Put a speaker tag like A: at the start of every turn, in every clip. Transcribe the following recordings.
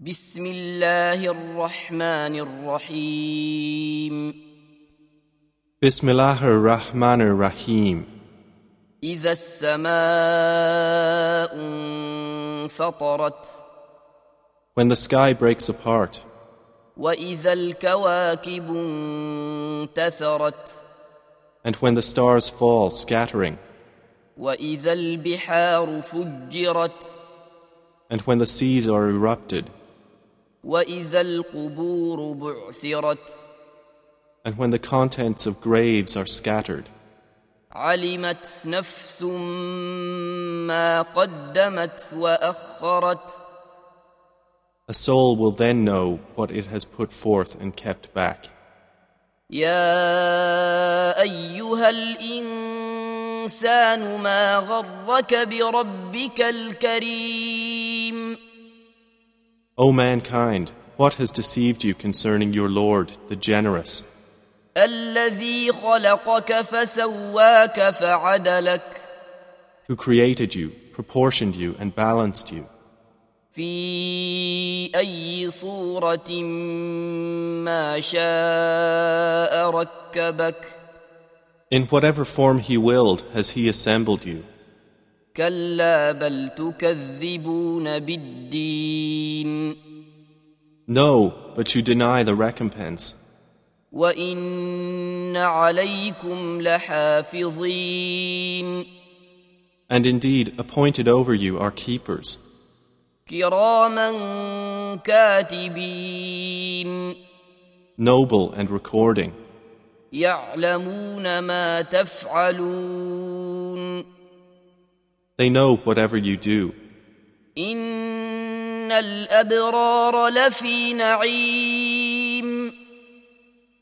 A: بسم الله الرحمن الرحيم
B: Bismillahir Rahmanir Rahim.
A: إذا السماء انفطرت
B: When the sky breaks apart,
A: وإذا الكواكب انتثرت
B: and when the stars fall scattering,
A: وإذا البحار فجرت
B: and when the seas are erupted,
A: وإذا القبور بعثرت
B: and when the contents of graves are scattered,
A: علمت نفس ما قدمت وأخرت
B: a soul will then know what it has put forth and kept back.
A: يا أيها الإنسان ما غرك بربك الكريم
B: O mankind, what has deceived you concerning your Lord, the generous,
A: الذي خلقك فسواك فعدلك
B: who created you, proportioned you, and balanced you?
A: في أي صورة ما شاء ركبك
B: In whatever form He willed has He assembled you.
A: كلا بل تكذبون بالدين
B: No, but you deny the recompense.
A: وإن عليكم لحافظين
B: And indeed, appointed over you are keepers,
A: كراما كاتبين
B: noble and recording,
A: يعلمون ما تفعلون
B: they know whatever you do.
A: إن الأبرار لفي نعيم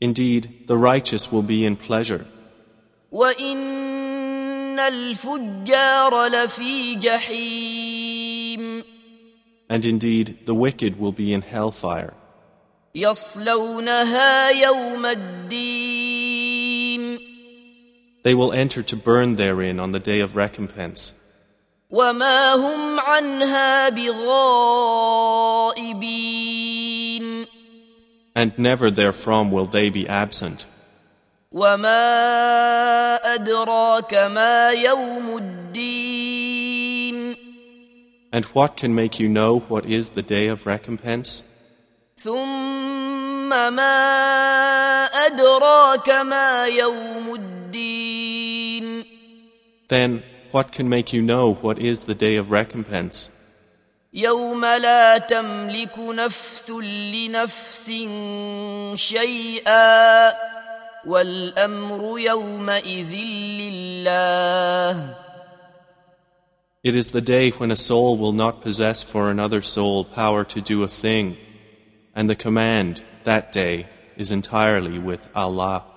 B: Indeed, the righteous will be in pleasure,
A: وإن الفجار لفي جحيم
B: and indeed, the wicked will be in hellfire.
A: يصلونها يوم الدين
B: They will enter to burn therein on the day of recompense,
A: وما هم عنها بغائبين
B: and never therefrom will they be absent.
A: وما أدراك ما يوم الدين
B: And what can make you know what is the day of recompense?
A: ثم ما أدراك ما يوم الدين
B: Then, what can make you know what is the day of recompense?
A: يوم لا تملك نفس لنفس شيئا والأمر يومئذ لله
B: It is the day when a soul will not possess for another soul power to do a thing, and the command that day is entirely with Allah.